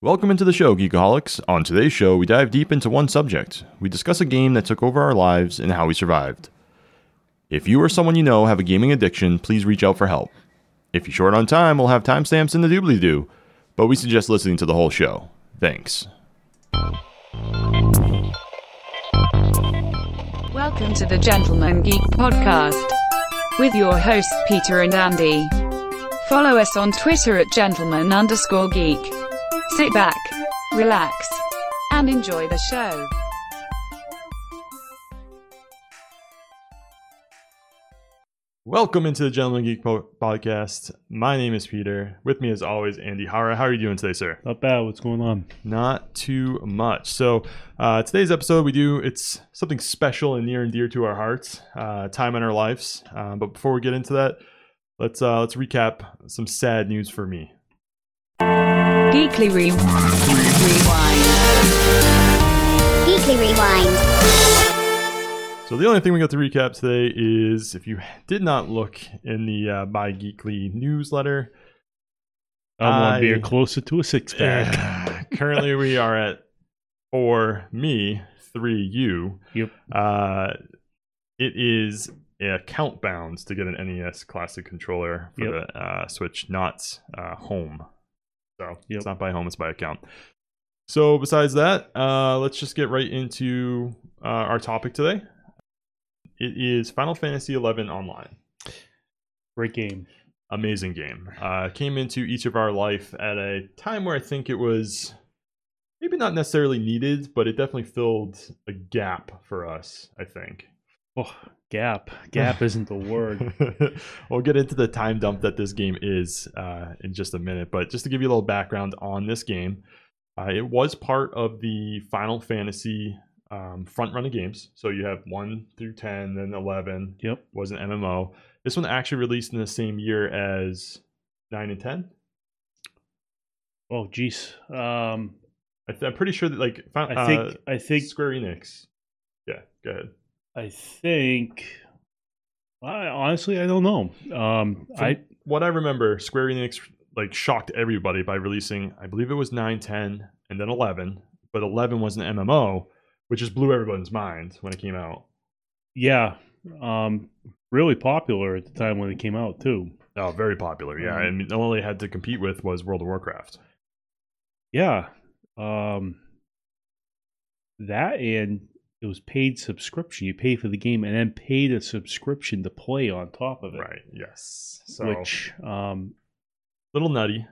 Welcome into the show, Geekaholics. On today's show, we dive deep into one subject. We discuss a game that took over our lives and how we survived. If you or someone you know have a gaming addiction, please reach out for help. If you're short on time, we'll have timestamps in the doobly doo, but we suggest listening to the whole show. Thanks. Welcome to the Gentleman Geek Podcast with your hosts Peter and Andy. Follow us on Twitter at gentleman underscore geek. Sit back, relax, and enjoy the show. Welcome into the Gentleman Geek po- Podcast. My name is Peter. With me, as always, Andy Hara. How are you doing today, sir? Not bad. What's going on? Not too much. So uh, today's episode, we do it's something special and near and dear to our hearts, uh, time in our lives. Uh, but before we get into that, let's uh, let's recap some sad news for me. Geekly Re- Rewind. Geekly Rewind. So the only thing we got to recap today is if you did not look in the uh, by Geekly newsletter, I'm I- one beer closer to a six pack. currently we are at four me three you. Yep. Uh, it is a count bound to get an NES classic controller for Yep. the uh, Switch, not uh, home. So Yep. it's not by home; it's by account. So besides that, uh, let's just get right into uh, our topic today. It is Final Fantasy XI Online Great game. amazing game. Uh, came into each of our life at a time where I think it was maybe not necessarily needed, but it definitely filled a gap for us. I think. Oh, gap. Gap isn't the word. we'll get into the time dump that this game is uh, in just a minute, but just to give you a little background on this game, uh, it was part of the Final Fantasy um, front running games. So you have one through ten, then eleven, Yep. was an MMO. This one actually released in the same year as 9 and 10. Oh, jeez. Um, I th- I'm pretty sure that like fin- I think. I uh, think. Square Enix. Yeah, go ahead. I think. I honestly, I don't know. Um, I What I remember, Square Enix like shocked everybody by releasing, I believe it was 9, 10, and then 11, but 11 was an MMO, which just blew everyone's mind when it came out. yeah. Um, really popular at the time when it came out too. Oh, very popular. Yeah, Mhm. I mean, the only they had to compete with was World of Warcraft. Yeah. Um, that and it was paid subscription. You pay for the game and then paid a subscription to play on top of it. Right. Yes. So Which um, little nutty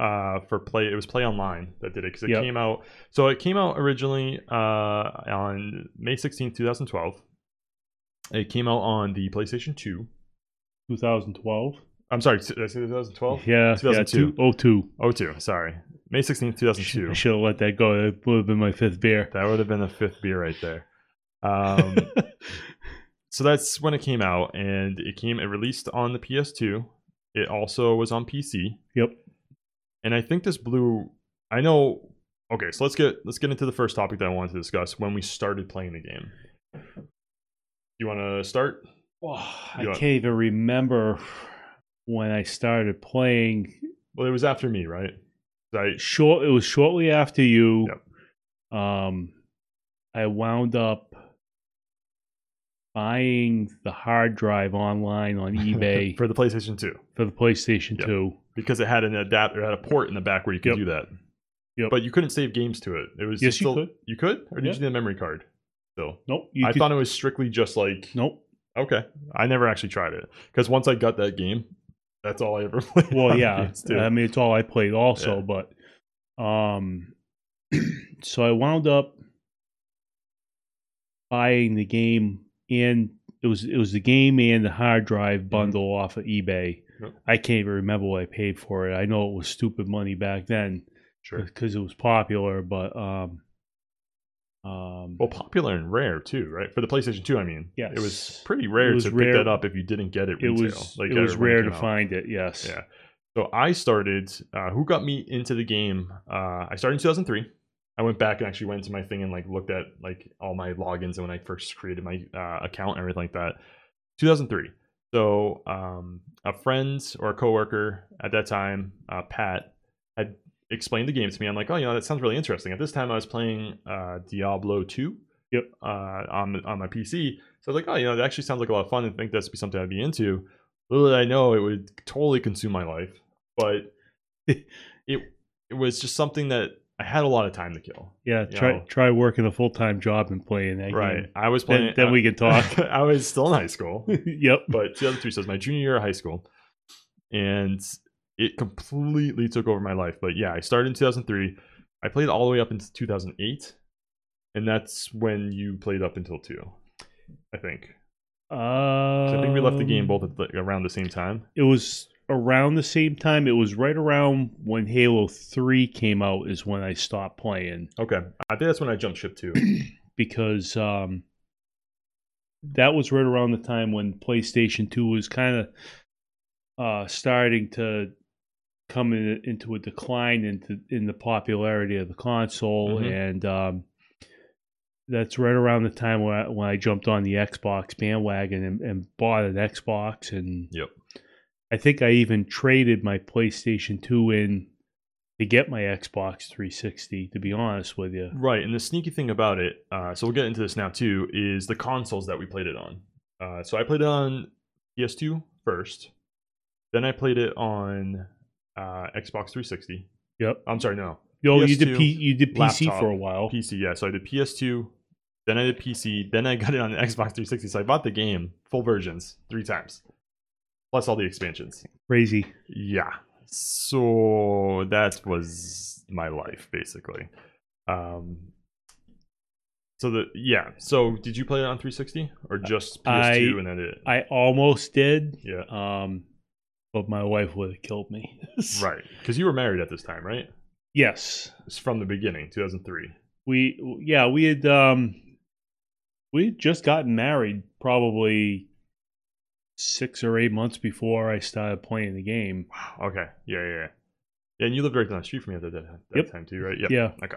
uh for play it was play online that did it because it Yep. came out so it came out originally uh on may 16th 2012 it came out on the playstation 2 2012. i'm sorry did i say 2012 yeah, 2002. yeah, two, 02. oh two sorry may 16th I 2002 should have let that go. That would have been my fifth beer. that would have been the fifth beer right there um so that's when it came out and it came it released on the ps2 it also was on pc yep. and I think this blew. I know. Okay, so let's get let's get into the first topic that I wanted to discuss when we started playing the game. You want to start? I You want- can't even remember when I started playing. Well, it was after me, right? I Short. It was shortly after you. Yep. Um, I wound up buying the hard drive online on eBay for, for the PlayStation Two the PlayStation Yep. 2. because it had an adapter, it had a port in the back where you could Yep. do that. Yep. But you couldn't save games to it. It was Yes, you still- could. You could, or did Yeah. you need a memory card? Still, Nope. You I could- thought it was strictly just like Nope. okay. I never actually tried it because once I got that game, that's all I ever played. well on yeah PS2. i mean it's all i played also but um so i wound up buying the game and it was it was the game and the hard drive bundle off of ebay Mm-hmm. Yep. i can't even remember what i paid for it i know it was stupid money back then sure. because it was popular but um um Well, popular and rare too, right? For the PlayStation 2, I mean. Yes. It was pretty rare It was to rare. pick that up if you didn't get it it retail. was like, it was when rare came to out. find it yes Yeah. So I started, uh, who got me into the game? Uh, I started in 2003. I went back and actually went to my thing and like looked at like all my logins and when I first created my uh, account and everything like that. 2003. So um, a friend or a coworker at that time, uh, Pat, had explained the game to me. I'm like, oh, you know, that sounds really interesting. At this time, I was playing uh, Diablo 2 Yep. uh, on, on my PC. So I was like, oh, you know, that actually sounds like a lot of fun. I think that's be something I'd be into. Little did I know it would totally consume my life, but it, it was just something that I had a lot of time to kill. Yeah, You try know. try working a full time job and playing that Right. game. I was Then- playing. then we can talk. I was still in high school. yep. but 2003 so it was my junior year of high school and it completely took over my life but yeah i started in 2003 i played all the way up into 2008 and that's when you played up until 2 i think So i think we left the game Um, both at the, around the same time It was around the same time. It was right around when Halo Three came out is when I stopped playing okay i think that's when i jumped ship too because um, that was right around the time when PlayStation Two was kind of uh, starting to come in, into a decline into in the popularity of the console, Mhm. and um, that's right around the time when I, when I jumped on the Xbox bandwagon and, and bought an Xbox, and Yep. I think I even traded my PlayStation Two in. To get my Xbox 360, to be honest with you, right and the sneaky thing about it uh, so we'll get into this now too is the consoles that we played it on uh, so i played it on ps2 first then i played it on uh, xbox 360 Yep. i'm sorry no Yo, you did PS2, P- you did PC laptop, for a while. PC, yeah. So I did PS2, then I did PC, then I got it on the Xbox 360. So I bought the game, full versions, three times, plus all the expansions. Crazy. Yeah. So that was my life, basically. Um, so the yeah. So did you play it on 360 or just PS2 Uh, I- and then it? I almost did, yeah. um, but my wife would have killed me. Right. Because you were married at this time, right? Yes. It's from the beginning, 2003. We yeah we had um, we had just gotten married probably six or eight months before I started playing the game. Wow. Okay. Yeah. Yeah. yeah. Yeah, and you lived right down the street from me at that, that Yep. time too, right? Yep. Yeah. Okay.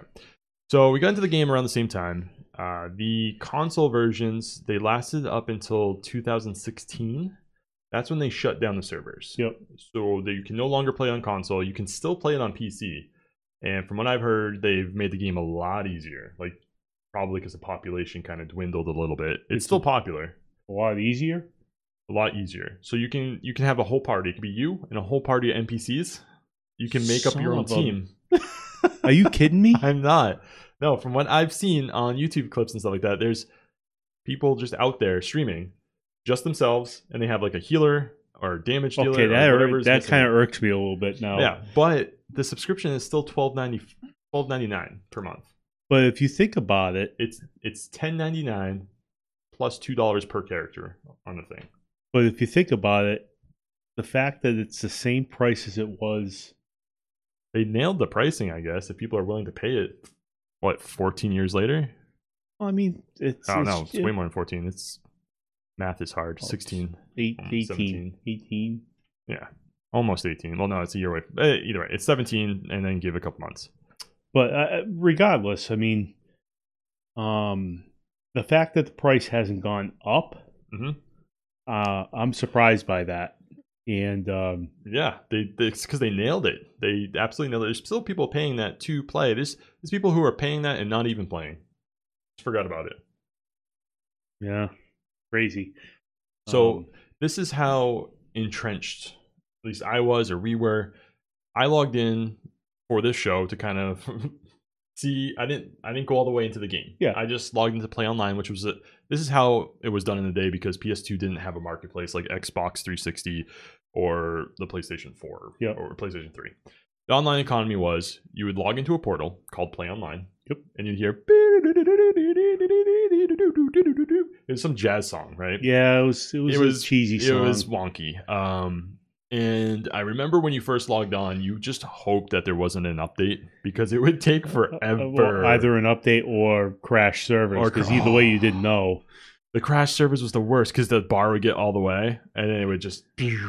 So we got into the game around the same time. Uh, the console versions they lasted up until 2016. That's when they shut down the servers. Yep. So that you can no longer play on console. You can still play it on PC. And from what I've heard, they've made the game a lot easier. Like probably because the population kind of dwindled a little bit. It's still popular, A lot easier. a lot easier. So you can you can have a whole party. It could be you and a whole party of NPCs. You can make up Son your own of a- team. Are you kidding me? I'm not. No, from what I've seen on YouTube clips and stuff like that, there's people just out there streaming just themselves, and they have like a healer or a damage dealer. okay, or that whatever ir- is that missing. kind of irks me a little bit now. yeah. But the subscription is still twelve ninety twelve ninety nine per month. But if you think about it, It's it's ten ninety nine plus two dollars per character on the thing. But if you think about it, the fact that it's the same price as it was, They nailed the pricing, I guess. If people are willing to pay it, what fourteen years later? well, I mean, it's, I don't know. it's- Oh, It's way more than fourteen. It's math is Oh, hard. it's- Sixteen. Eight, Mm, 18, 17. 18. Yeah, almost 18. Well, no, it's a year away. Eh, Either way, it's 17, and then give a couple months. But uh, regardless, I mean, um, the fact that the price hasn't gone up, Mhm. uh, I'm surprised by that. And um, Yeah, they, they it's because they nailed it. They absolutely nailed it. There's still people paying that to play. There's there's people who are paying that and not even playing. Just forgot about it. yeah, crazy. So Um, this is how entrenched at least I was or we were. I logged in for this show to kind of see I didn't I didn't go all the way into the game. Yeah. I just logged into play online, which was a, this is how it was done in the day because PS2 didn't have a marketplace like Xbox 360 or the PlayStation 4 Yeah. or PlayStation 3. The online economy was you would log into a portal called Play Online. Yep. And you'd hear it's some jazz song, right? yeah, it was it was, a cheesy. It song. was wonky. Um, and I remember when you first logged on, you just hoped that there wasn't an update because it would take Uh, forever. uh, well, either an update or crash servers, Or because cra- either way you didn't know. the crash servers was the worst because the bar would get all the way and then it would just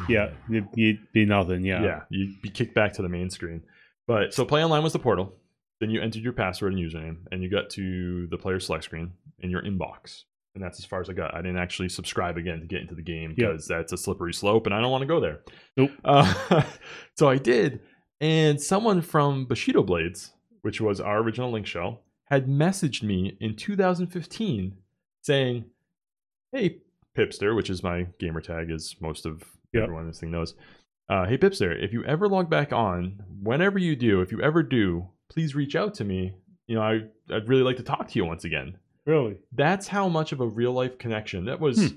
Yeah, it'd, it'd be nothing. yeah. Yeah. you'd be kicked back to the main screen. But so play online was the portal. Then you entered your password and username, and you got to the player select screen in your inbox. And that's as far as I got. I didn't actually subscribe again to get into the game Yeah. because that's a slippery slope, and I don't want to go there. Nope. Uh, so I did, And someone from Bushido Blades, which was our original Link show, had messaged me in 2015 saying, Hey, Pipster, which is my gamer tag, as most of Yep. everyone in this thing knows. Uh, hey, Pipster, if you ever log back on, whenever you do, if you ever do, please reach out to me. You know, I, I'd really like to talk to you once again. Really? That's how much of a real life connection. That was, Hmm.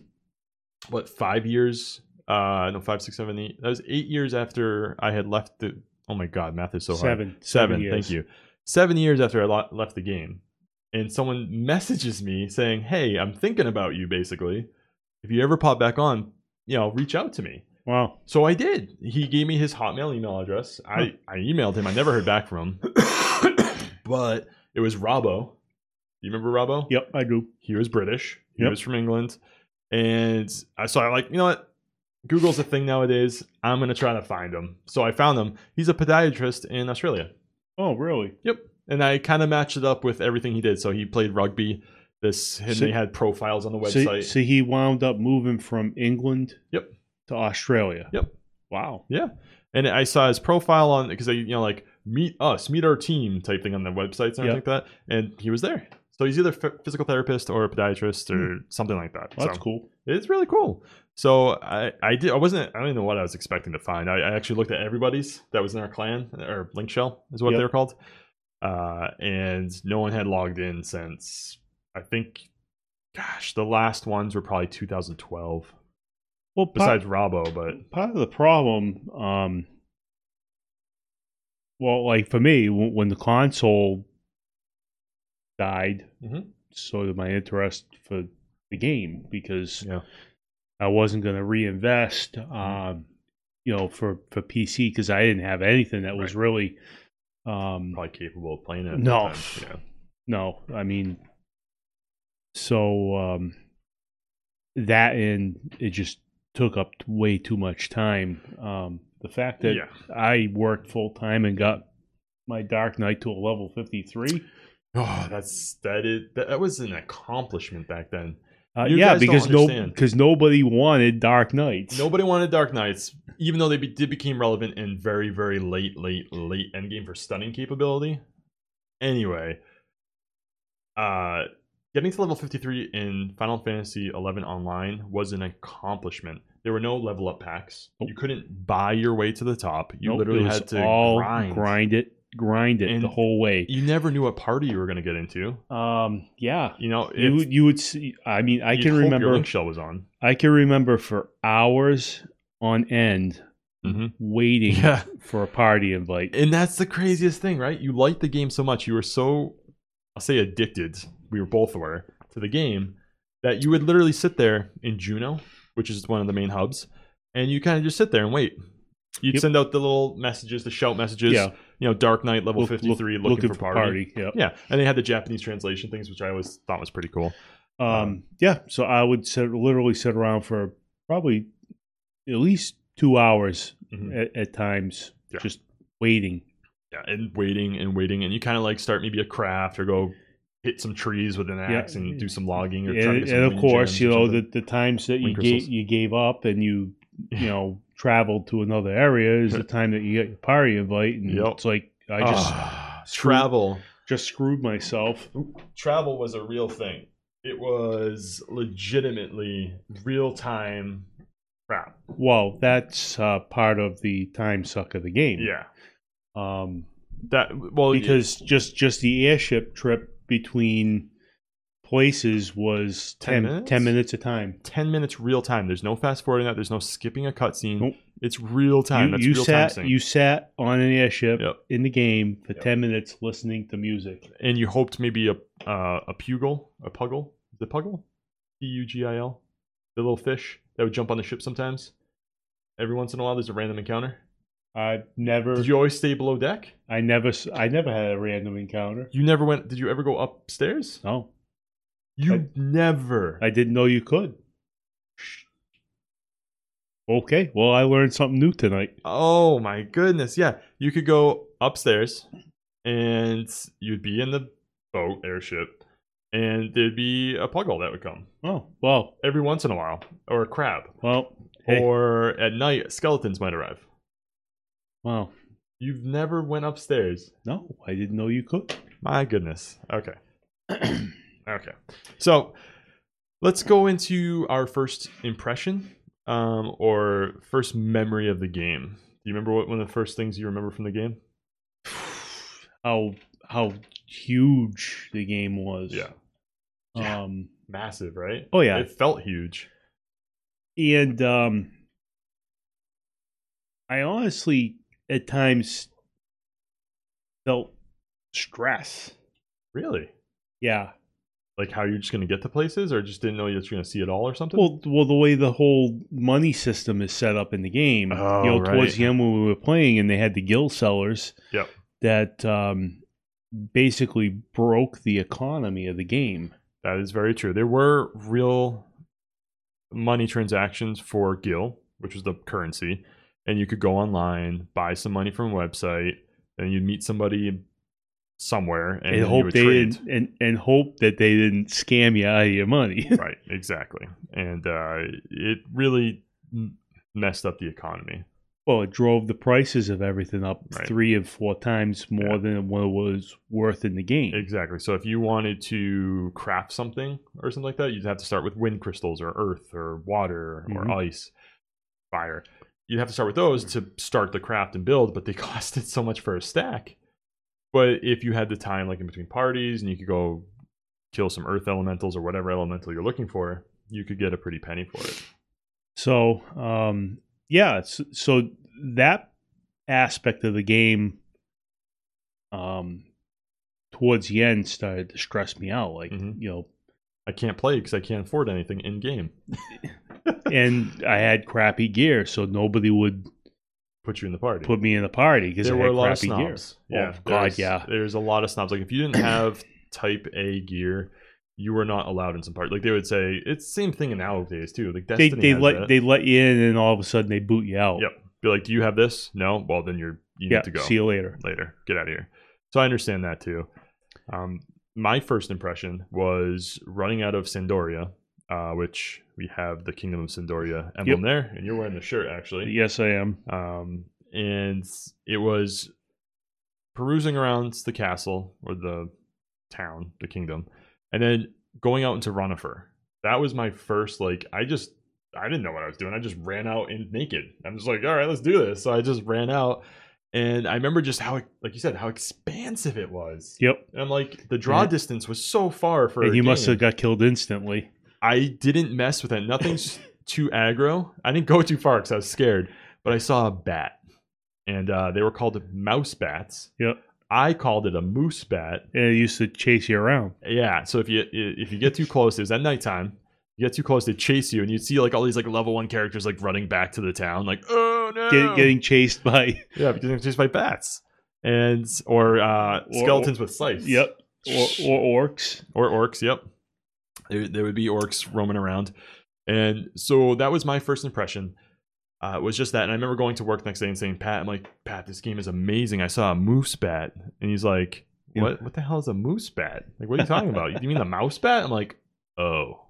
what, five years? Uh, no, five, six, seven, eight. That was eight years after I had left the. Oh my God, math is so hard Seven. seven, years. thank you seven years after i lo- left the game and someone messages me saying hey i'm thinking about you basically if you ever pop back on you know reach out to me Wow. so i did he gave me his hotmail email address i, I emailed him i never heard back from him but it was robbo you remember robbo Yep, I do. he was british he Yep. was from england and i so i like you know what google's a thing nowadays i'm gonna try to find him so i found him he's a podiatrist in australia Oh, really? and I kind of matched it up with everything he did. So he played rugby. This and So- they had profiles on the So, website. so he wound up moving from England. Yep. To Australia. Yep. Wow. and I saw his profile on because they you know like meet us, meet our team type thing on the websites and everything Yeah. like that. And he was there. So he's either ph physical therapist or a podiatrist or something like that. Hmm. That's so cool. it's really cool. So I, I did I wasn't I don't even know what I was expecting to find. I, I actually looked at everybody's that was in our clan or link shell is what Yep. they were called. Uh, and no one had logged in since I think gosh, the last ones were probably 2012 Well, besides Robbo, but part of the problem um well like for me when, when the console died Mhm. so did my interest for the game because Yeah. Mm-hmm. i wasn't going to reinvest um you know for for pc because i didn't have anything that was really um probably capable of playing it. at No. the time, yeah. no i mean so um that and it just took up way too much time um the fact that yeah. I worked full time and got my Dark Knight to a level 53. Oh, that's that is that, that was an accomplishment back then. Uh, You yeah, guys don't because no, understand. because nobody wanted Dark Knights. Nobody wanted Dark Knights, even though they be, did became relevant in very, very late, late, late endgame for stunning capability. Anyway, uh, getting to level 53 in Final Fantasy 11 Online was an accomplishment. There were no level up packs. You couldn't buy your way to the top. You Nope, literally it was had to all grind. it, grind it And- the whole way. You never knew what party you were going to get into. Um, yeah, You know, you if would- you would see. I mean, I you'd can hope your remember. link shell was on. I can remember for hours on end Mhm. waiting Yeah. for a party invite. And that's the craziest thing, right? You liked the game so much, you were so, I'll say addicted, we were both were, to the game, that you would literally sit there in Juno, which is one of the main hubs, and you kind of just sit there and wait. You'd Yep. send out the little messages, the shout messages, yeah, you know, Dark Knight level look- look- 53, looking, for, party. Yep. Yeah, and they had the Japanese translation things, which I always thought was pretty cool. Um, yeah, so I would sit, literally sit around for probably at least two hours Mhm. at, at times, Yeah. just waiting. Yeah, and waiting and waiting, and you kind of like start maybe a craft or go hit some trees with an Yeah. axe and do some logging or try to And, get some and of wind course, gems you or know something. the, the times that you Wind gave, crystals. you gave up and you you know traveled to another area is the time that you get your party invite, and Yep. it's like I just Ah, screwed- travel. just screwed myself. Travel was a real thing. It was legitimately real time crap. Well, that's uh, part of the time suck of the game. Yeah, Um, that well because just just the airship trip between places was 10, 10 minutes? 10 minutes? of time. ten minutes real time. There's no fast forwarding that. There's no skipping a cutscene. Nope. It's real time. You- That's you real sat time sync. you sat on an airship Yep. in the game for Yep. 10 minutes listening to music. and you hoped maybe a uh, a pugil, a puggle, is it puggle, P U G I L, the little fish that would jump on the ship sometimes. Every once in a while, there's a random encounter. I never Did you always stay below deck? I never s- I never had a random encounter. You never went. Did you ever go upstairs? No. You I- never. I didn't know you could. Okay, well I learned something new tonight. oh my goodness. Yeah. You could go upstairs and you'd be in the boat, airship, and there'd be a puggle that would come Oh, well, every once in a while, or a crab, well, hey, or at night, skeletons might arrive. well, You've never went upstairs. No, I didn't know you could. My goodness. Okay. okay. So let's go into our first impression um, or first memory of the game. Do you remember what one of the first things you remember from the game? How how huge the game was. Yeah. Yeah. Um Massive, right? oh yeah. It felt huge. and um I honestly at times felt stress. Really? Yeah. Like how you're just going to get to places or just didn't know you're going to see it all or something? Well, well, the way the whole money system is set up in the game, Oh, you know, right. towards the end when we were playing, and they had the gill sellers Yep. that um, basically broke the economy of the game. That is very true. There were real money transactions for Gil, which was the currency, and you could go online, buy some money from a website, and you'd meet somebody somewhere, and, And, then you hope would they trade. didn't, and and hope that they didn't scam you out of your money. right, exactly, and uh, it really m- messed up the economy. well, it drove the prices of everything up Right. three and four times more Yeah. than what it was worth in the game. Exactly. So if you wanted to craft something or something like that, you'd have to start with wind crystals or earth or water Mhm. or ice, fire. You'd have to start with those to start the craft and build, but they costed so much for a stack. But if you had the time, like in between parties, and you could go kill some earth elementals or whatever elemental you're looking for, you could get a pretty penny for it. So, um, yeah, so, so that aspect of the game, um, towards the end started to stress me out. Like, Mhm. you know, I can't play because I can't afford anything in game. and I had crappy gear, so nobody would Put you in the party. put me in the party because I there had were a lot of crappy gear. snobs. Yeah, Oh, God, there's- yeah. There's a lot of snobs. Like if you didn't have Type A gear, you were not allowed in some part. Like they would say, it's the same thing nowadays too. Like They Destiny they has let that. they let you in, and all of a sudden they boot you out. Yep. be like, do you have this? No. Well, then you're you yeah. need to go See you later. later. Get out of here. So I understand that too. Um, my first impression was running out of Sandoria, uh, which we have the Kingdom of Sandoria emblem there, and you're wearing the shirt actually Yes, I am. um, and it was perusing around the castle or the town, the kingdom, and then going out into Ronifer. That was my first like. I just I didn't know what I was doing. I just ran out and naked. I'm just like, all right, let's do this. So I just ran out, and I remember just how like you said how expansive it was. Yep. And I'm like, the draw And- distance was so far for. And a you must game. have got killed instantly. I didn't mess with it. Nothing's too aggro. I didn't go too far because I was scared, but I saw a bat, and uh, they were called mouse bats. Yep. I called it a moose bat. And it used to chase you around. Yeah. So if you if you get too close, it was at nighttime. You get too close, they chase you, and you see like all these like level one characters like running back to the town, like oh no, Get, getting chased by yeah, because they're chased by bats and or uh, Or- skeletons with scythes. yep or, or orcs. or orcs. Yep, there, there would be orcs roaming around, and so that was my first impression. Uh, was just that, and I remember going to work the next day and saying, "Pat, I'm like, Pat, this game is amazing. I saw a moose bat," and he's like, Yeah. "What? What the hell is a moose bat? Like, what are you talking about? You mean the mouse bat?" I'm like, "Oh,"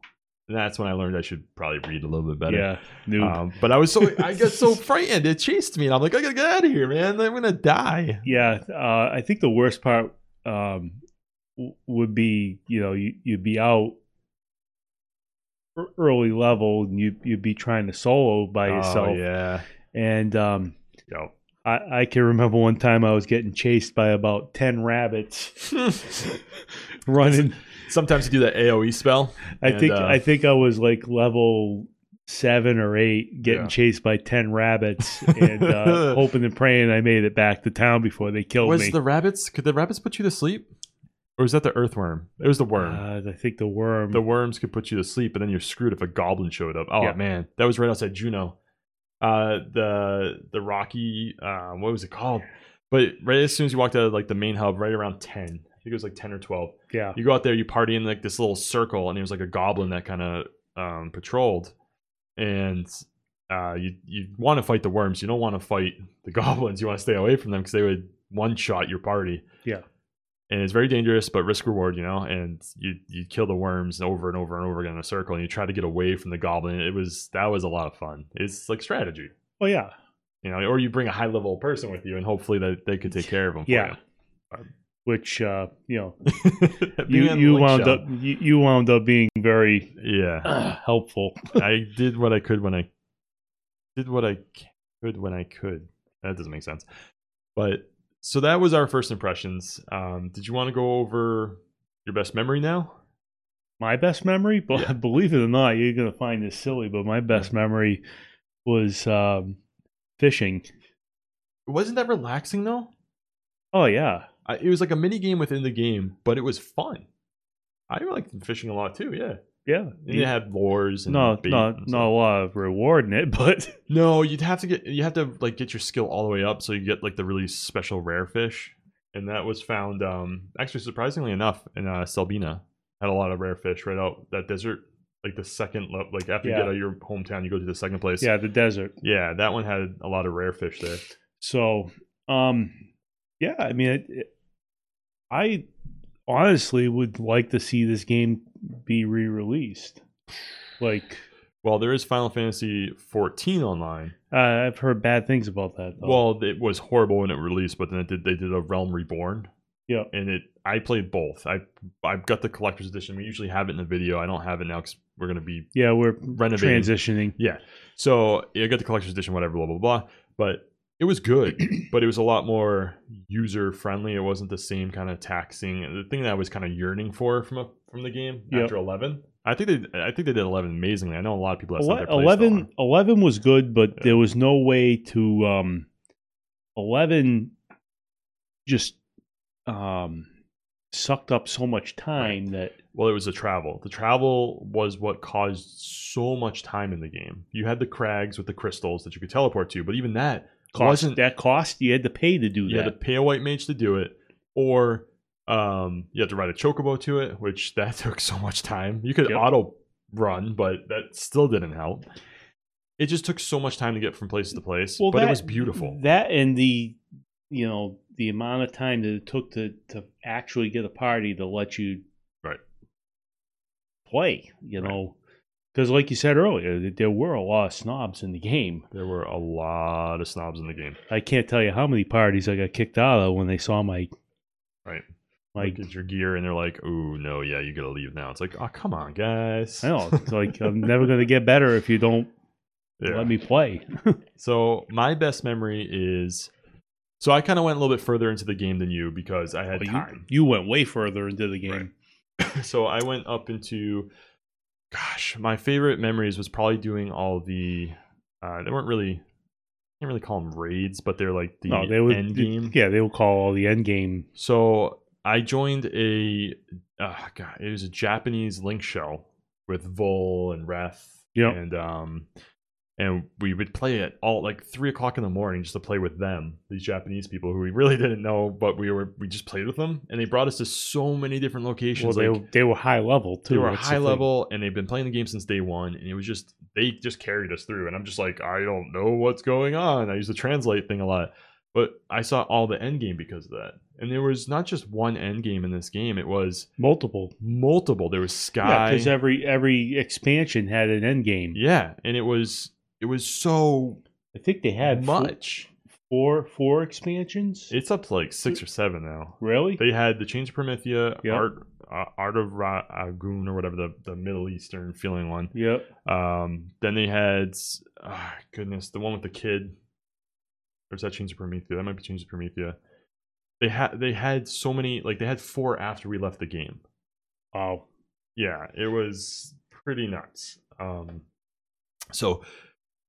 and that's when I learned I should probably read a little bit better. Yeah, dude. Um, but I was so I got so frightened. It chased me, and I'm like, "I gotta get out of here, man! I'm gonna die." Yeah, uh, I think the worst part um, w- would be you know you, you'd be out ear- early level and you you'd be trying to solo by yourself Oh, yeah. and um, Yo. I, I can remember one time I was getting chased by about ten rabbits running. Sometimes you do that AOE spell. I And, think uh, I think I was like level seven or eight, getting Yeah. chased by ten rabbits and uh, hoping and praying I made it back to town before they killed was me. the rabbits could the rabbits put you to sleep or was that the earthworm it was the worm Uh, I think the worm. the worms could put you to sleep and then you're screwed if a goblin showed up oh Yeah. man that was right outside juneau uh the the rocky uh, what was it called but right as soon as you walked out of like the main hub right around 10 i think it was like 10 or 12 yeah. you go out there, you party in like this little circle, and there was like a goblin that kind of um, patrolled, and uh, you you want to fight the worms, you don't want to fight the goblins, you want to stay away from them because they would one shot your party. Yeah. and it's very dangerous, but risk reward, you know. And you you kill the worms over and over and over again in a circle, and you try to get away from the goblin. It was that was a lot of fun. It's like strategy. Well, Oh, yeah. You know, or you bring a high level person with you, and hopefully that they could take care of them. Yeah. Which uh, you know, for you. Being you, on you the link wound show. up you, you wound up being very uh, Yeah, helpful. I did what I could when I did what I could when I could. That doesn't make sense. But so that was our first impressions. Um, did you want to go over your best memory now? My best memory, but Yeah. believe it or not, you're gonna find this silly, but my best memory was um, fishing. Wasn't that relaxing though? Oh yeah, I, it was like a mini game within the game, but it was fun. I liked fishing a lot too. Yeah, yeah. and you had lures. And no, bait no, and stuff. not a lot of reward in it, but No, you'd have to get you have to like get your skill all the way up so you get like the really special rare fish, and that was found um actually surprisingly enough in uh, Selbina had a lot of rare fish right out that desert like the second lo- like after you Yeah. get out of your hometown you go to the second place yeah, the desert. yeah that one had a lot of rare fish there So, um, yeah, I mean, it, it, I honestly would like to see this game be re-released. Like, well there is Final Fantasy 14 online uh, I've heard bad things about that. Though. well it was horrible when it released but then it did they did a Realm Reborn yeah, and it I played both I I've got the collector's edition we usually have it in the video I don't have it now because we're gonna be yeah, we're renovating transitioning. Yeah. So yeah, I got the collector's edition, whatever, blah blah blah. But it was good, but it was a lot more user friendly. It wasn't the same kind of taxing. uh, The thing that I was kind of yearning for from a, from the game Yep. after eleven, I think they I think they did eleven amazingly. I know a lot of people that said they Ele- played 11, 11 was good, but Yeah. there was no way to um, eleven just um sucked up so much time that Well, it was the travel. The travel was what caused so much time in the game. You had the crags with the crystals that you could teleport to, but even that cost wasn't that cost you had to pay to do you that. had to pay a white mage to do it, or um, you had to ride a chocobo to it, which that took so much time. You could Yep. auto run, but that still didn't help. It just took so much time to get from place to place, but it that- was beautiful. That and the, you know, the amount of time that it took to to actually get a party to let you Right. play, you Right. know, because like you said earlier, th- there were a lot of snobs in the game. there were a lot of snobs in the game. I can't tell you how many parties I got kicked out of when they saw my Right. my. Like, get your gear, and they're like, "Ooh, no, yeah, you gotta leave now." It's like, "Oh, come on, guys." I know, it's like I'm never going to get better if you don't Yeah. let me play. So my best memory is. So I kind of went a little bit further into the game than you because I had But you, time. you went way further into the game. Right. so I went up into, gosh, my favorite memories was probably doing all the, uh, they weren't really, I can't really call them raids, but they're like the no, they would. end game. Yeah, they would call all the end game. So I joined a, uh, God, it was a Japanese link show with Vol and Reth, Yep. and um, and we would play it all like three o'clock in the morning just to play with them, these Japanese people who we really didn't know, but we were we just played with them, and they brought us to so many different Well, locations. they, like, they were high level too. they were that's the high thing. level and they've been playing the game since day one and it was just they just carried us through and i'm just like i don't know what's going on i use the translate thing a lot but i saw all the end game because of that and there was not just one end game in this game it was multiple. multiple there was Yeah, sky because every every expansion had an end game. Yeah, and it was it was so I think they had fo- much four four expansions. it's up to like six or seven now really? they had the change of promethea Yeah. art uh, art of Ra- Agun or whatever the, the middle eastern feeling one yep. Um, then they had, ah, goodness, the one with the kid. Or is that Chains of Promethea? That might be Chains of Promethea. They had they had so many like they had four after we left the game. Oh, Yeah, it was pretty nuts. Um, so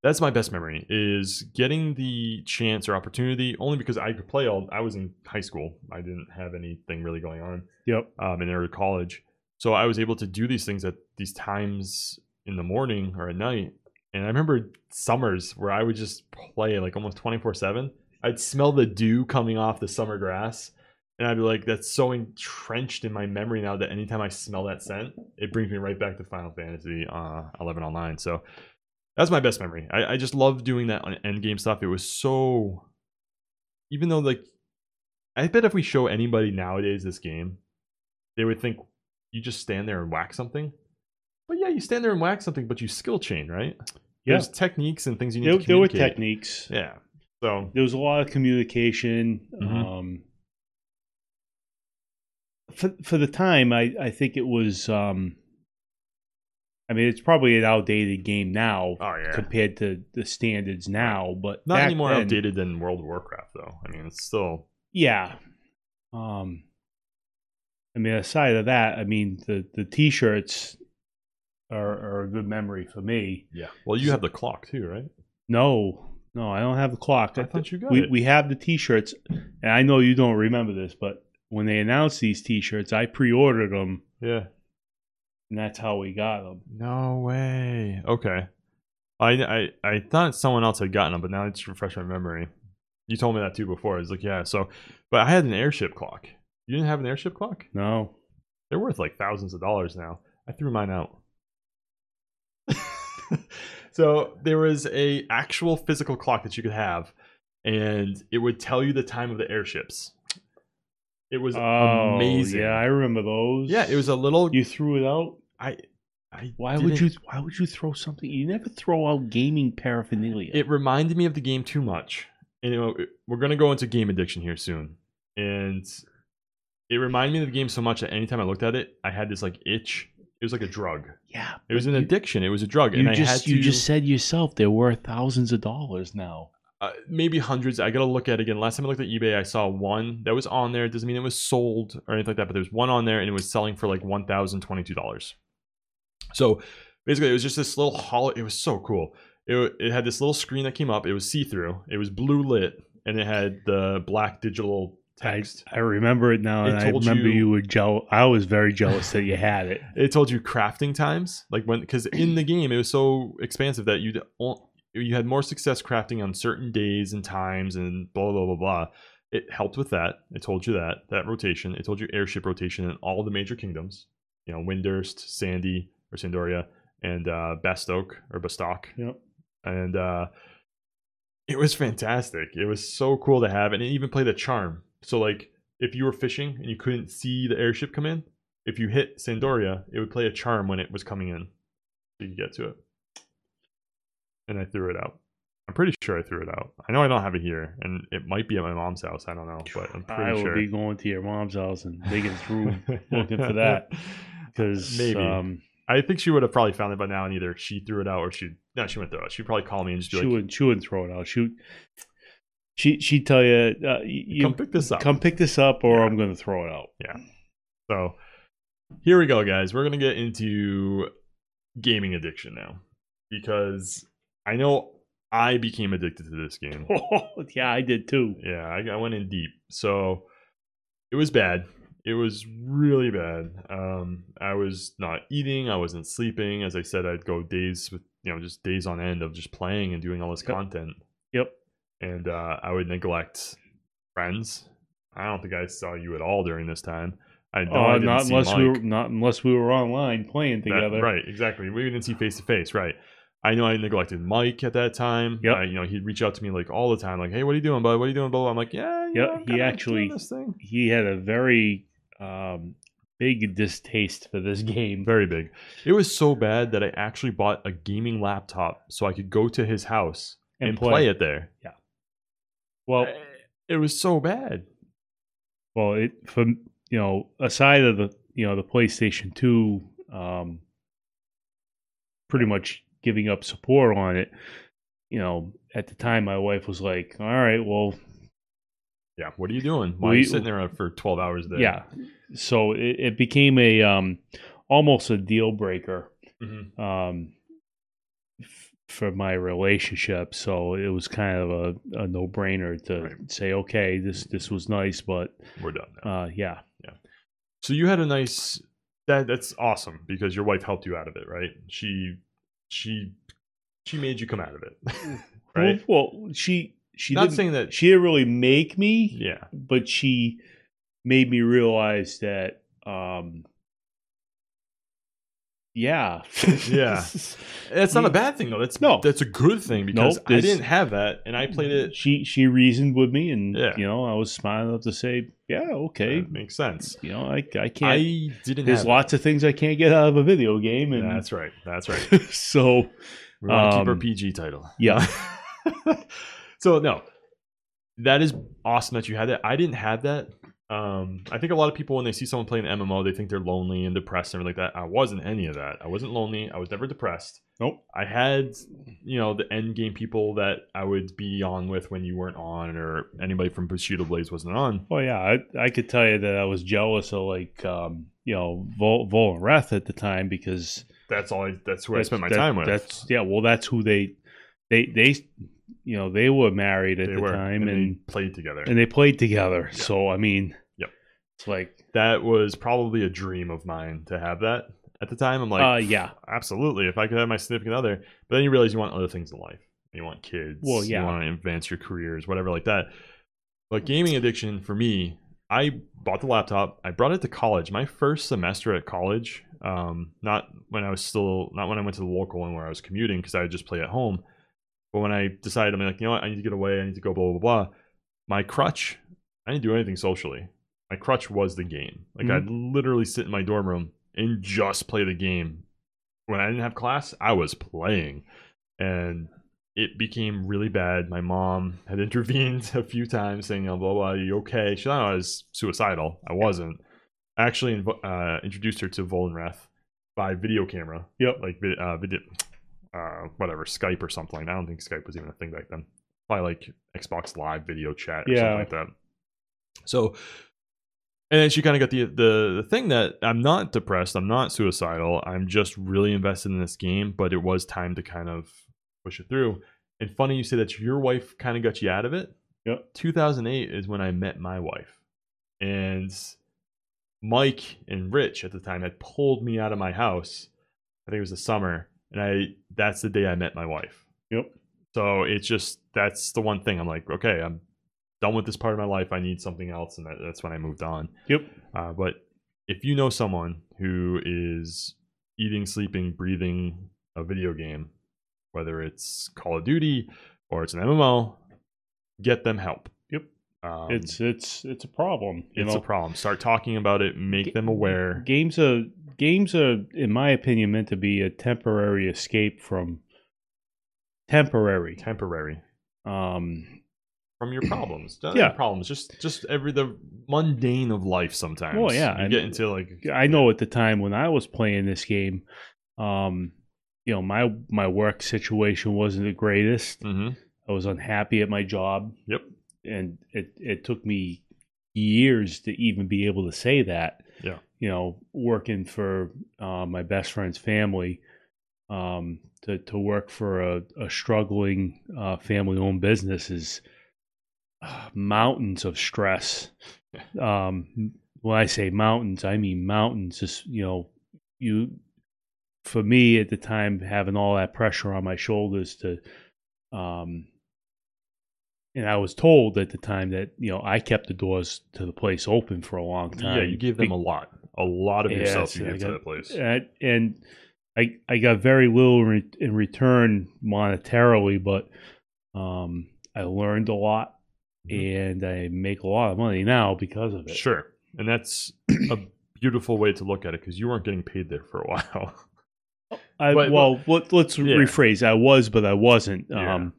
that's my best memory is getting the chance or opportunity only because I could play all. I was in high school. I didn't have anything really going on yep. um, in early college. So I was able to do these things at these times in the morning or at night. And I remember summers where I would just play like almost 24 7. I'd smell the dew coming off the summer grass. And I'd be like, that's so entrenched in my memory now that anytime I smell that scent, it brings me right back to Final Fantasy uh, 11 Online. So that's my best memory. I, I just love doing that on endgame stuff. It was so. Even though, like, I bet if we show anybody nowadays this game, they would think you just stand there and whack something. But yeah, you stand there and whack something, but you skill chain, right? Yeah. There's techniques and things you need There, to there were communicate. techniques. Yeah. So there was a lot of communication. Mhm. Um, for for the time, I I think it was. Um, I mean, it's probably an outdated game now oh yeah, compared to the standards now, but not back any more then- outdated than World of Warcraft though. I mean, it's still Yeah. Um. I mean, aside of that, I mean the the t-shirts are, are a good memory for me. yeah. Well, you have the clock too, right? No, no, I don't have a clock. I thought you got we, it. we have the t-shirts and i know you don't remember this but when they announced these t-shirts i pre-ordered them Yeah. and that's how we got them No way. Okay. I, I I thought someone else had gotten them, but now it's refresh my memory. You told me that too before. I was like, yeah. So, but I had an airship clock. You didn't have an airship clock? no They're worth like thousands of dollars now. I threw mine out. so there was a actual physical clock that you could have, and it would tell you the time of the airships. It was oh amazing. yeah i remember those yeah, it was a little. you threw it out I, I why would didn't- you why would you throw something you never throw out gaming paraphernalia it reminded me of the game too much. And it- we're going to go into game addiction here soon. And it reminded me of the game so much that anytime I looked at it, I had this like itch. It was like a drug. yeah It was an addiction. It was a drug. you and I had just to, you just said yourself they're worth thousands of dollars now uh, maybe hundreds. I got to look at it again. Last time I looked at eBay, I saw one that was on there. It doesn't mean it was sold or anything like that, but there was one on there and it was selling for like $1,022. So basically, it was just this little hollow. It was so cool. It, wa- it had this little screen that came up. It was see through, it was blue lit, and it had the black digital text. I, I remember it now It and i told remember you- you, were jealous i was very jealous that you had it It told you crafting times, like when, because in the game, it was so expansive that you you had more success crafting on certain days and times and blah blah blah blah. It helped with that. It told you that that rotation. It told you airship rotation in all the major kingdoms. You know, Windurst, Sandy or Sandoria, and uh, Bastoke or Bastock, yep and uh, it was fantastic. It was so cool to have, and it even played a charm. So like, if you were fishing and you couldn't see the airship come in, if you hit Sandoria, it would play a charm when it was coming in, so you could get to it. And I threw it out. I'm pretty sure I threw it out. I know I don't have it here, and it might be at my mom's house. I don't know, but I'm pretty I will sure. be going to your mom's house and digging through looking for that because Maybe. um, I think she would have probably found it by now, and either she threw it out or she no, she wouldn't throw it. She'd probably call me and just she be like, wouldn't she wouldn't throw it out. She would- she she'd tell you, uh, you "Come pick this up." come pick this up or Yeah. I'm going to throw it out. So here we go, guys. We're gonna get into gaming addiction now because I know I became addicted to this game. yeah, I did too. Yeah, I, I went in deep. So it was bad. It was really bad. Um, I was not eating. I wasn't sleeping. As I said, I'd go days with you know just days on end of just playing and doing all this Yep. content. Yep. And uh, I would neglect friends. I don't think I saw you at all during this time. I know I Uh, didn't not see unless we Mike. were not unless we were online playing That- together. right, exactly. We didn't see face to face, right. I know I neglected Mike at that time. Yep. I, you know, he'd reach out to me like all the time, like, "Hey, what are you doing, bud? What are you doing, bud?" I'm like, "Yeah, you Yep, know, I'm he kinda actually- doing this thing." He had a very um, big distaste for this game. very big. It was so bad that I actually bought a gaming laptop so I could go to his house and, play. it there. Well, It was so bad. well, it from you know aside of the you know the PlayStation Two, um, pretty much giving up support on it. You know, at the time, my wife was like, "All right, well, Yeah, what are you doing? Why are We- you sitting there for 12 hours a day? yeah." So it, it became a um, almost a deal breaker Mhm. um, f- for my relationship. So it was kind of a, a no brainer to Right. say, "Okay, this this was nice, but we're done now. uh, yeah, So you had a nice that that's awesome because your wife helped you out of it, right? She she she made you come out of it. right? Mm. Well, well, she she Not didn't- saying that she didn't really make me, yeah. but she made me realize that, um, yeah, Yeah. That's not a bad thing though. That's No. that's a good thing because Nope, I this- Mm. didn't have that and I played it She she reasoned with me, and Yeah. you know, I was smart enough to say, yeah, okay, That makes sense. you know, I I can't. I didn't there's have lots of things I can't get out of a video game, it. and That's right. That's right. so We want to keep our Um, PG title. yeah. so no, that is awesome that you had that. I didn't have that. Um, I think a lot of people when they see someone playing an MMO, they think they're lonely and depressed and everything like that. I wasn't any of that. I wasn't lonely. I was never depressed. Nope. I had, you know, the end game people that I would be on with when you weren't on, or anybody from Bushido Blaze wasn't on. Well, Oh, yeah, I, I could tell you that I was jealous of like um, you know Vol, Vol and Wrath at the time because That's all. I, that's who I that's- spent my that- time with. That's yeah. Well, that's who they they they you know they were married at they the were time and, and they played together. and they played together. So I mean, Yep. it's like that was probably a dream of mine to have that at the time. I'm like, uh, yeah, absolutely. If I could have my significant other, but then you realize you want other things in life. You want kids. Well, yeah. Mm. You want to advance your careers, whatever like that. But gaming addiction for me, I bought the laptop. I brought it to college. My first semester at college, um, not when I was still, not when I went to the local one where I was commuting because I would just play at home. But when I decided, I'm like, you know what, I need to get away. I need to go blah blah blah. My crutch, I didn't do anything socially. My crutch was the game. Like Mm. I'd literally sit in my dorm room and just play the game when I didn't have class, I was playing, and it became really bad. My mom had intervened a few times, saying, "Oh, "Blah blah, blah, are you okay?" She thought I was suicidal. I wasn't. I actually inv- uh, introduced her to Volenrath by video camera. Yep. like vid- uh, video, uh, whatever Skype or something. I don't think Skype was even a thing back then. Probably like Xbox Live video chat or Yeah. something like that. So, and then she kind of got the, the the thing that I'm not depressed, I'm not suicidal, I'm just really invested in this game. But it was time to kind of push it through. And funny you say that your wife kind of got you out of it. Yep. 2008 is when I met my wife, and Mike and Rich at the time had pulled me out of my house. I think it was the summer, and I that's the day I met my wife. Yep. So it's just that's the one thing I'm like, okay, I'm done with this part of my life. I need something else, and that, that's when I moved on. Yep. Uh, but if you know someone who is eating, sleeping, breathing a video game, whether it's Call of Duty or it's an MMO, get them help. Yep. Um, it's it's it's a problem. You it's know? a problem. Start talking about it. Make Ga- them aware. Games are games are, in my opinion, meant to be a temporary escape from temporary. Temporary Um, from your problems. Not Yeah. problems. Just just every the mundane of life. Sometimes. Well, yeah, you and- get into like I know at the time when I was playing this game, um, you know my my work situation wasn't the greatest. Mhm. I was unhappy at my job. Yep. And it it took me years to even be able to say that. Yeah. You know, working for uh, my best friend's family, um, to to work for a, a struggling uh, family owned business is uh, mountains of stress. Um, when I say mountains, I mean mountains. Just you know, you for me at the time having all that pressure on my shoulders to um and I was told at the time that you know I kept the doors to the place open for a long time. yeah. You give them a lot, a lot of Yeah, yourself. so You I give to got- that place. and, and I I got very little re- in return monetarily, but um I learned a lot and I make a lot of money now because of it. Mm-hmm. Sure. And that's a beautiful way to look at it because you weren't getting paid there for a while. I, But- well, let, let's Yeah. rephrase. I was, but I wasn't. Yeah. Um,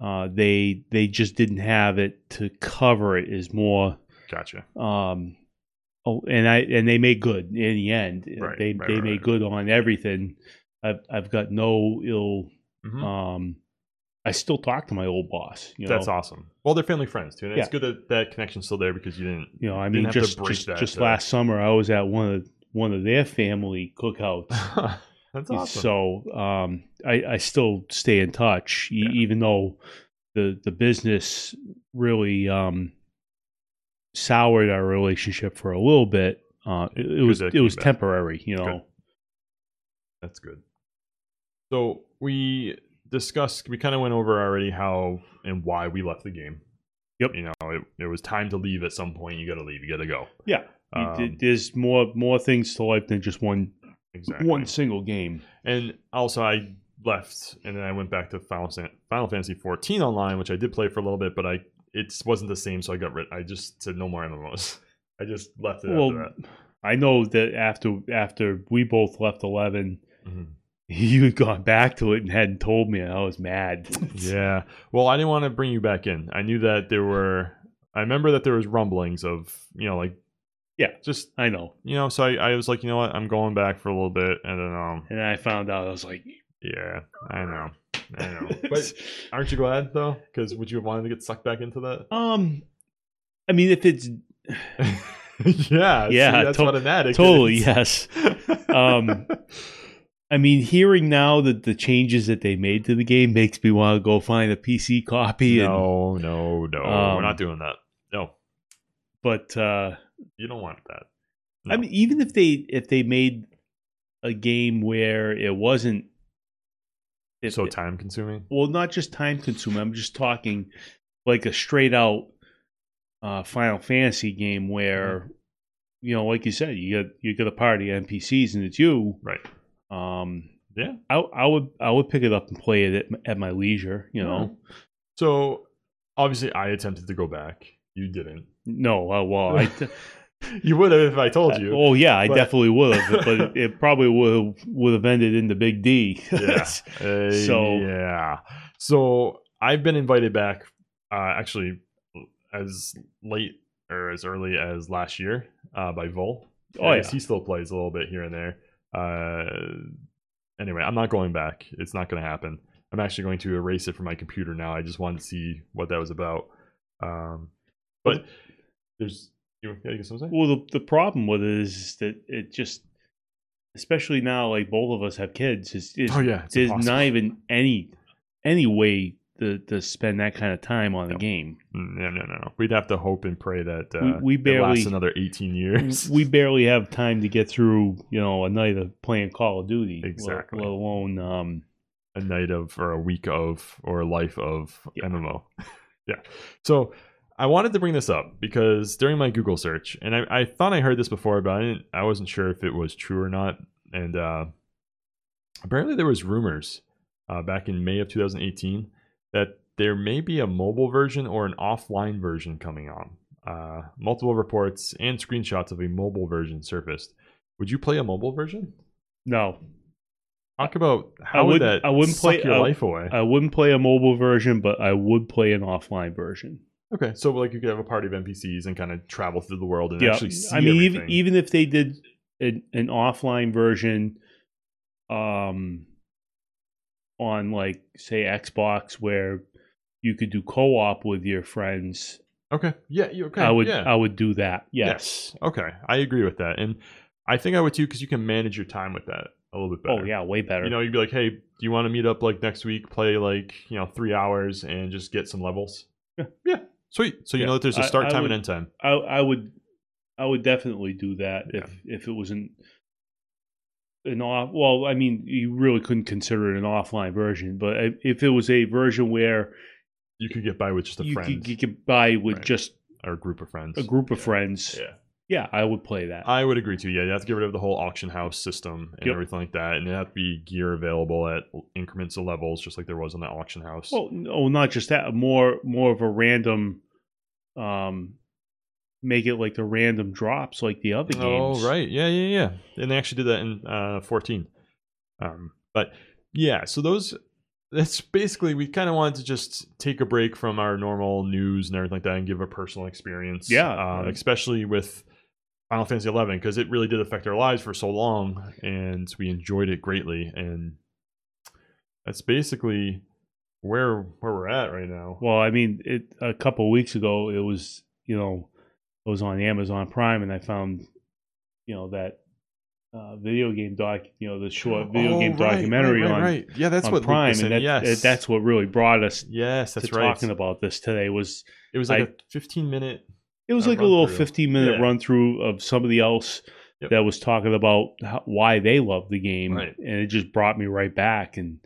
uh, they they just didn't have it to cover it. Is more. gotcha. Um, oh, and I and they made good in the end. Right, they right, they right, made right. good on everything. I've I've got no ill. Mhm. Um, I still talk to my old boss. You know? That's awesome. Well, they're family friends too, and it's Yeah. good that that connection's still there because you didn't. You know, I didn't mean, have to just break just, that, just uh, last summer, I was at one of one of their family cookouts. that's awesome. So um, I, I still stay in touch, e- Yeah. even though the the business really um, soured our relationship for a little bit. Uh, it, it was that it was came back. temporary, you know. that's good. So we discussed. We kind of went over already how and why we left the game. Yep. You know, it, it was time to leave at some point. You got to leave. You got to go. Yeah. You- Um, th- There's more more things to life than just one exactly. one single game. And also, I left, and then I went back to Final, San- Final Fantasy 14 online, which I did play for a little bit, but I it wasn't the same, so I got rid. I just said no more MMOs. I just left it well, after I know that after after we both left Eleven, that. Mhm. you had gone back to it and hadn't told me, and I was mad. Yeah. Well, I didn't want to bring you back in. I knew that there were. I remember that there was rumblings of you know like Yeah. just I know. you know so I, I was like you know what I'm going back for a little bit and then um And I found out. I was like, yeah I know I know but aren't you glad though because would you have wanted to get sucked back into that um, I mean, if it's Yeah, yeah see, that's to- what an addict totally is. yes. Um, I mean, hearing now that the changes that they made to the game makes me want to go find a PC copy. And, no no no we're Um, not doing that no but uh, you don't want that I No. mean, even if they if they made a game where it wasn't if- so time consuming well, not just time consuming. I'm just talking like a straight out uh, Final Fantasy game where Mm-hmm. you know, like you said, you got you got a party of NPCs and it's you. right Um, yeah I I would I would pick it up and play it at, at my leisure. You know, so obviously I attempted to go back you didn't no, uh, well, I t- you would have if I told you oh yeah, I but- definitely would have, but it, it probably would would have ended in the big D. yeah. Uh, So- yeah. So I've been invited back, uh, actually, as late or as early as last year uh, by Vol. Oh, I yeah. guess he still plays a little bit here and there. Uh, anyway, I'm not going back. It's not going to happen. I'm actually going to erase it from my computer now. I just wanted to see what that was about. Um, but there's you. Yeah, you get something? Well, the, the problem with it is that it just, especially now, like both of us have kids, is, is oh yeah, it's there's impossible. not even any any way to, to spend that kind of time on the game. No, Mm, no, no, no. We'd have to hope and pray that uh, We- we it lasts barely- another 18 years. we barely have time to get through, you know, a night of playing Call of Duty, let- Exactly. Let, alone, um, a night of or a week of or a life of Yeah. MMO. yeah. So I wanted to bring this up because during my Google search, and I, I thought I heard this before, but I didn't I wasn't sure if it was true or not. And uh apparently there was rumors uh back in May of 2018 that there may be a mobile version or an offline version coming on. Uh, multiple reports and screenshots of a mobile version surfaced. Would you play a mobile version? no, Talk about how would wouldn't- that I wouldn't suck play- your I- life away. I wouldn't play a mobile version, but I would play an offline version. Okay, so like you could have a party of NPCs and kind of travel through the world and yeah, actually see. I mean, everything. even even if they did an, an offline version, um, on like say Xbox, where you could do co-op with your friends, okay, yeah, you okay? I would uh, yeah, I would do that. Yes. okay, I agree with that, and I think I would too because you can manage your time with that a little bit better. Oh yeah, way better. you know, you'd be like, hey, do you want to meet up like next week, play like you know three hours, and just get some levels? Yeah. yeah, sweet. So you Yeah, know that there's a I- start I time would- and end time. I I would I would definitely do that if if it wasn't an off. Well, I mean, you really couldn't consider it an offline version, but i- if it was a version where You could get by with just a you friend could, you could buy with Right. just or a group of friends. a group of Yeah. friends, Yeah. yeah, I would play that. I would agree too. Yeah, you have to get rid of the whole auction house system and Yep. everything like that, and there have to be gear available at increments of levels, just like there was on the auction house. Well, no, not just that. More, more of a random, um, make it like the random drops, like the other games. Oh, right. Yeah, yeah, yeah. And they actually did that in uh, 14. Um, but yeah, so those, that's basically, we kind of wanted to just take a break from our normal news and everything like that and give a personal experience. Yeah. Um, especially with Final Fantasy 11, because it really did affect our lives for so long and we enjoyed it greatly. And that's basically where where we're at right now. Well, I mean, it a couple of weeks ago, it was you know, it was on Amazon Prime, and I found, you know, that uh, video game doc, you know, the short video Oh, game right, right, documentary right, on, right. Yeah, that's on what Prime, Lucas and that, said, yes. that's what really brought us Yes, that's to right. talking about this today. Was it was like I- a 15 minute It was a like a little run-through. 15 minute Yeah. run through of somebody else Yep. that was talking about how, why they love the game, Right. and it just brought me right back. And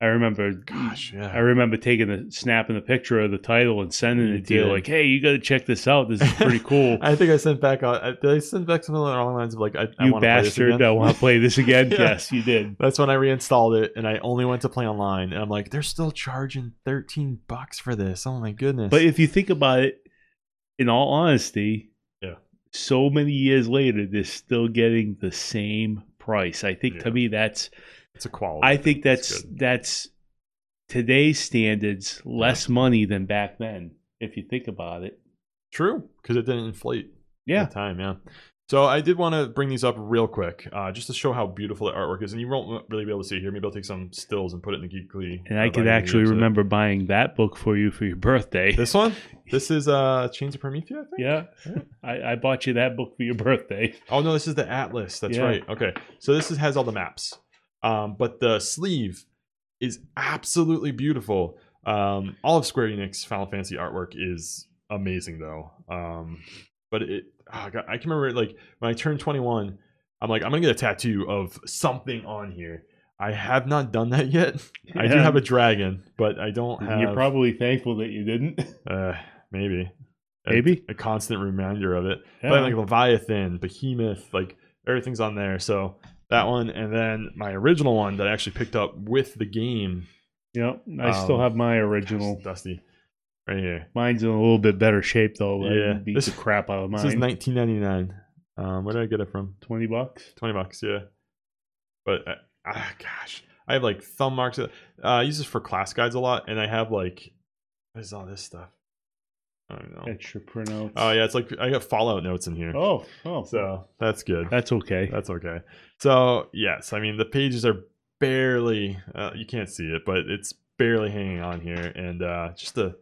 I remember, Gosh, yeah. I remember taking a snapping a picture of the title and sending You it to you, did. like, "Hey, you got to check this out. This is pretty cool." I think I sent back. uh, I- Did I send back something along the lines of like, I, I you wanna play this bastard! again? I want to play this again. Yeah. Yes, you did. That's when I reinstalled it, and I only went to play online. And I'm like, they're still charging 13 bucks for this. Oh my goodness! But if you think about it, in all honesty, Yeah. so many years later, they're still getting the same price. I think Yeah. to me that's It's a quality. I think that's good. that's today's standards less money than back then, if you think about it. True, because it didn't inflate. Yeah. at the time, yeah. So I did want to bring these up real quick, uh, just to show how beautiful the artwork is, and you won't really be able to see it here. Maybe I'll take some stills and put it in the geekly. And uh, I could Viking actually episode. remember buying that book for you for your birthday. this one. This is uh, Chains of Promethea. I think. yeah. I, I bought you that book for your birthday. Oh no, this is the atlas. That's Yeah. right. Okay, so this is, has all the maps, um, but the sleeve is absolutely beautiful. Um, all of Square Enix Final Fantasy artwork is amazing, though. Um, but it, oh God, I can remember like when I turned 21, I'm like, I'm gonna get a tattoo of something on here. I have not done that yet. I do Yeah. have a dragon, but I don't have. You're probably thankful that you didn't. uh, maybe, A- Maybe. a constant reminder of it Yeah. but like Leviathan, Behemoth, like everything's on there. So that one, and then my original one that I actually picked up with the game, Yeah, I still Um, have my original. Gosh, Dusty, right here. Mine's in a little bit better shape though. I Yeah. beat This- the crap out of mine. This is 1999. Um, where did I get it from? Twenty bucks. 20 bucks, yeah. But uh, ah, gosh, I have like thumb marks. Uh, I use this for class guides a lot, and I have like what is all this stuff? I don't know. Extra printouts. Oh yeah, it's like I got Fallout notes in here. Oh, oh. So that's good. that's okay. That's okay. So yes, I mean the pages are barely uh, you can't see it, but it's barely hanging on here, and uh, just the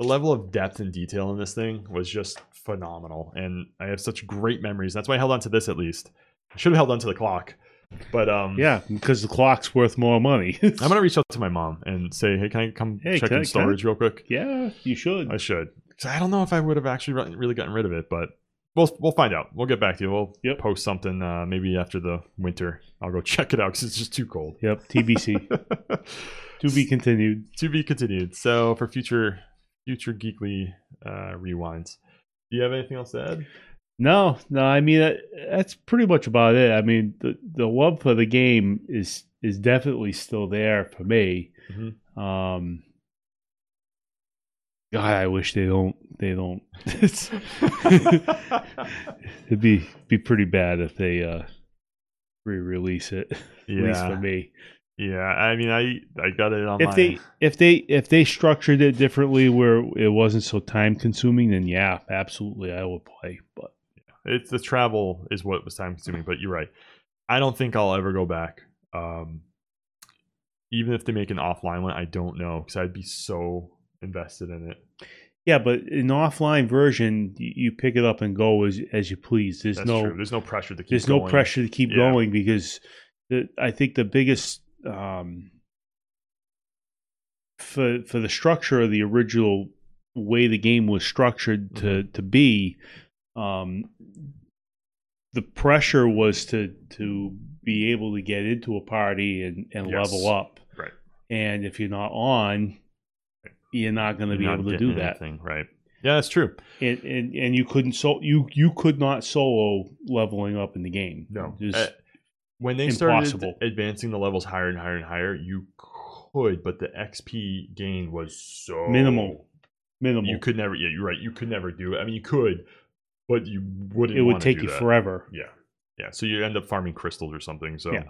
the level of depth and detail in this thing was just phenomenal, and I have such great memories. That's why I held on to this at least. I should have held on to the clock, but um, Yeah, because the clock's worth more money. I'm gonna reach out to my mom and say, hey, can I come Hey, check can I- in can I- storage real quick? yeah, you should. I should. 'Cause I don't know if I would have actually re- really gotten rid of it, but we'll we'll find out. We'll get back to you. We'll Yep. post something uh, maybe after the winter. I'll go check it out because it's just too cold. Yep, TBC. to be continued. to be continued. So for future future geekly uh, rewinds, do you have anything else to add? No, no, I mean that, that's pretty much about it. I mean the the love for the game is is definitely still there for me. Mm-hmm. Um God, I wish they don't they don't it's, it'd be be pretty bad if they uh re-release it. At least for Yeah, me. yeah. I mean, I I got it on If my. they if they if they structured it differently where it wasn't so time consuming, then yeah, absolutely I will play. But it's the travel is what was time consuming, but you're right. I don't think I'll ever go back. Um, even if they make an offline one, I don't know because I'd be so invested in it. yeah, but an offline version, you, you pick it up and go as as you please. There's That's no true. There's no pressure to keep. there's no going. pressure to keep Yeah. going because the, I think the biggest um, for for the structure of the original way the game was structured to Mm-hmm. to be, um, the pressure was to to be able to get into a party and and Yes. level up. Right. And if you're not on, you're not going to You're be not able to getting do that anything, right? Yeah, that's true. and and, and you couldn't so you you could not solo leveling up in the game. No, Just- Uh, when they impossible. started advancing the levels higher and higher and higher, you could, but the XP gain was so Minimal. minimal. You could never. Yeah, you're right. You could never do it. I mean, you could, but you wouldn't. it would wanna take do you that. forever. Yeah. Yeah. So you end up farming crystals or something. So Yeah.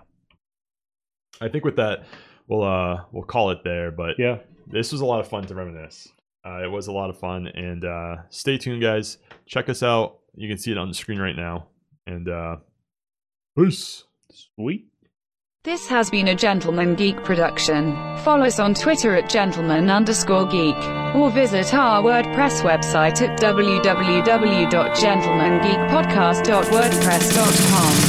I think with that we'll uh we'll call it there. But Yeah, this was a lot of fun to reminisce. Uh, it was a lot of fun and uh stay tuned guys. Check us out. You can see it on the screen right now. And uh peace. sweet. This has been a Gentleman Geek production. Follow us on Twitter at gentleman underscore geek, or visit our WordPress website at www.gentlemangeekpodcast.wordpress.com.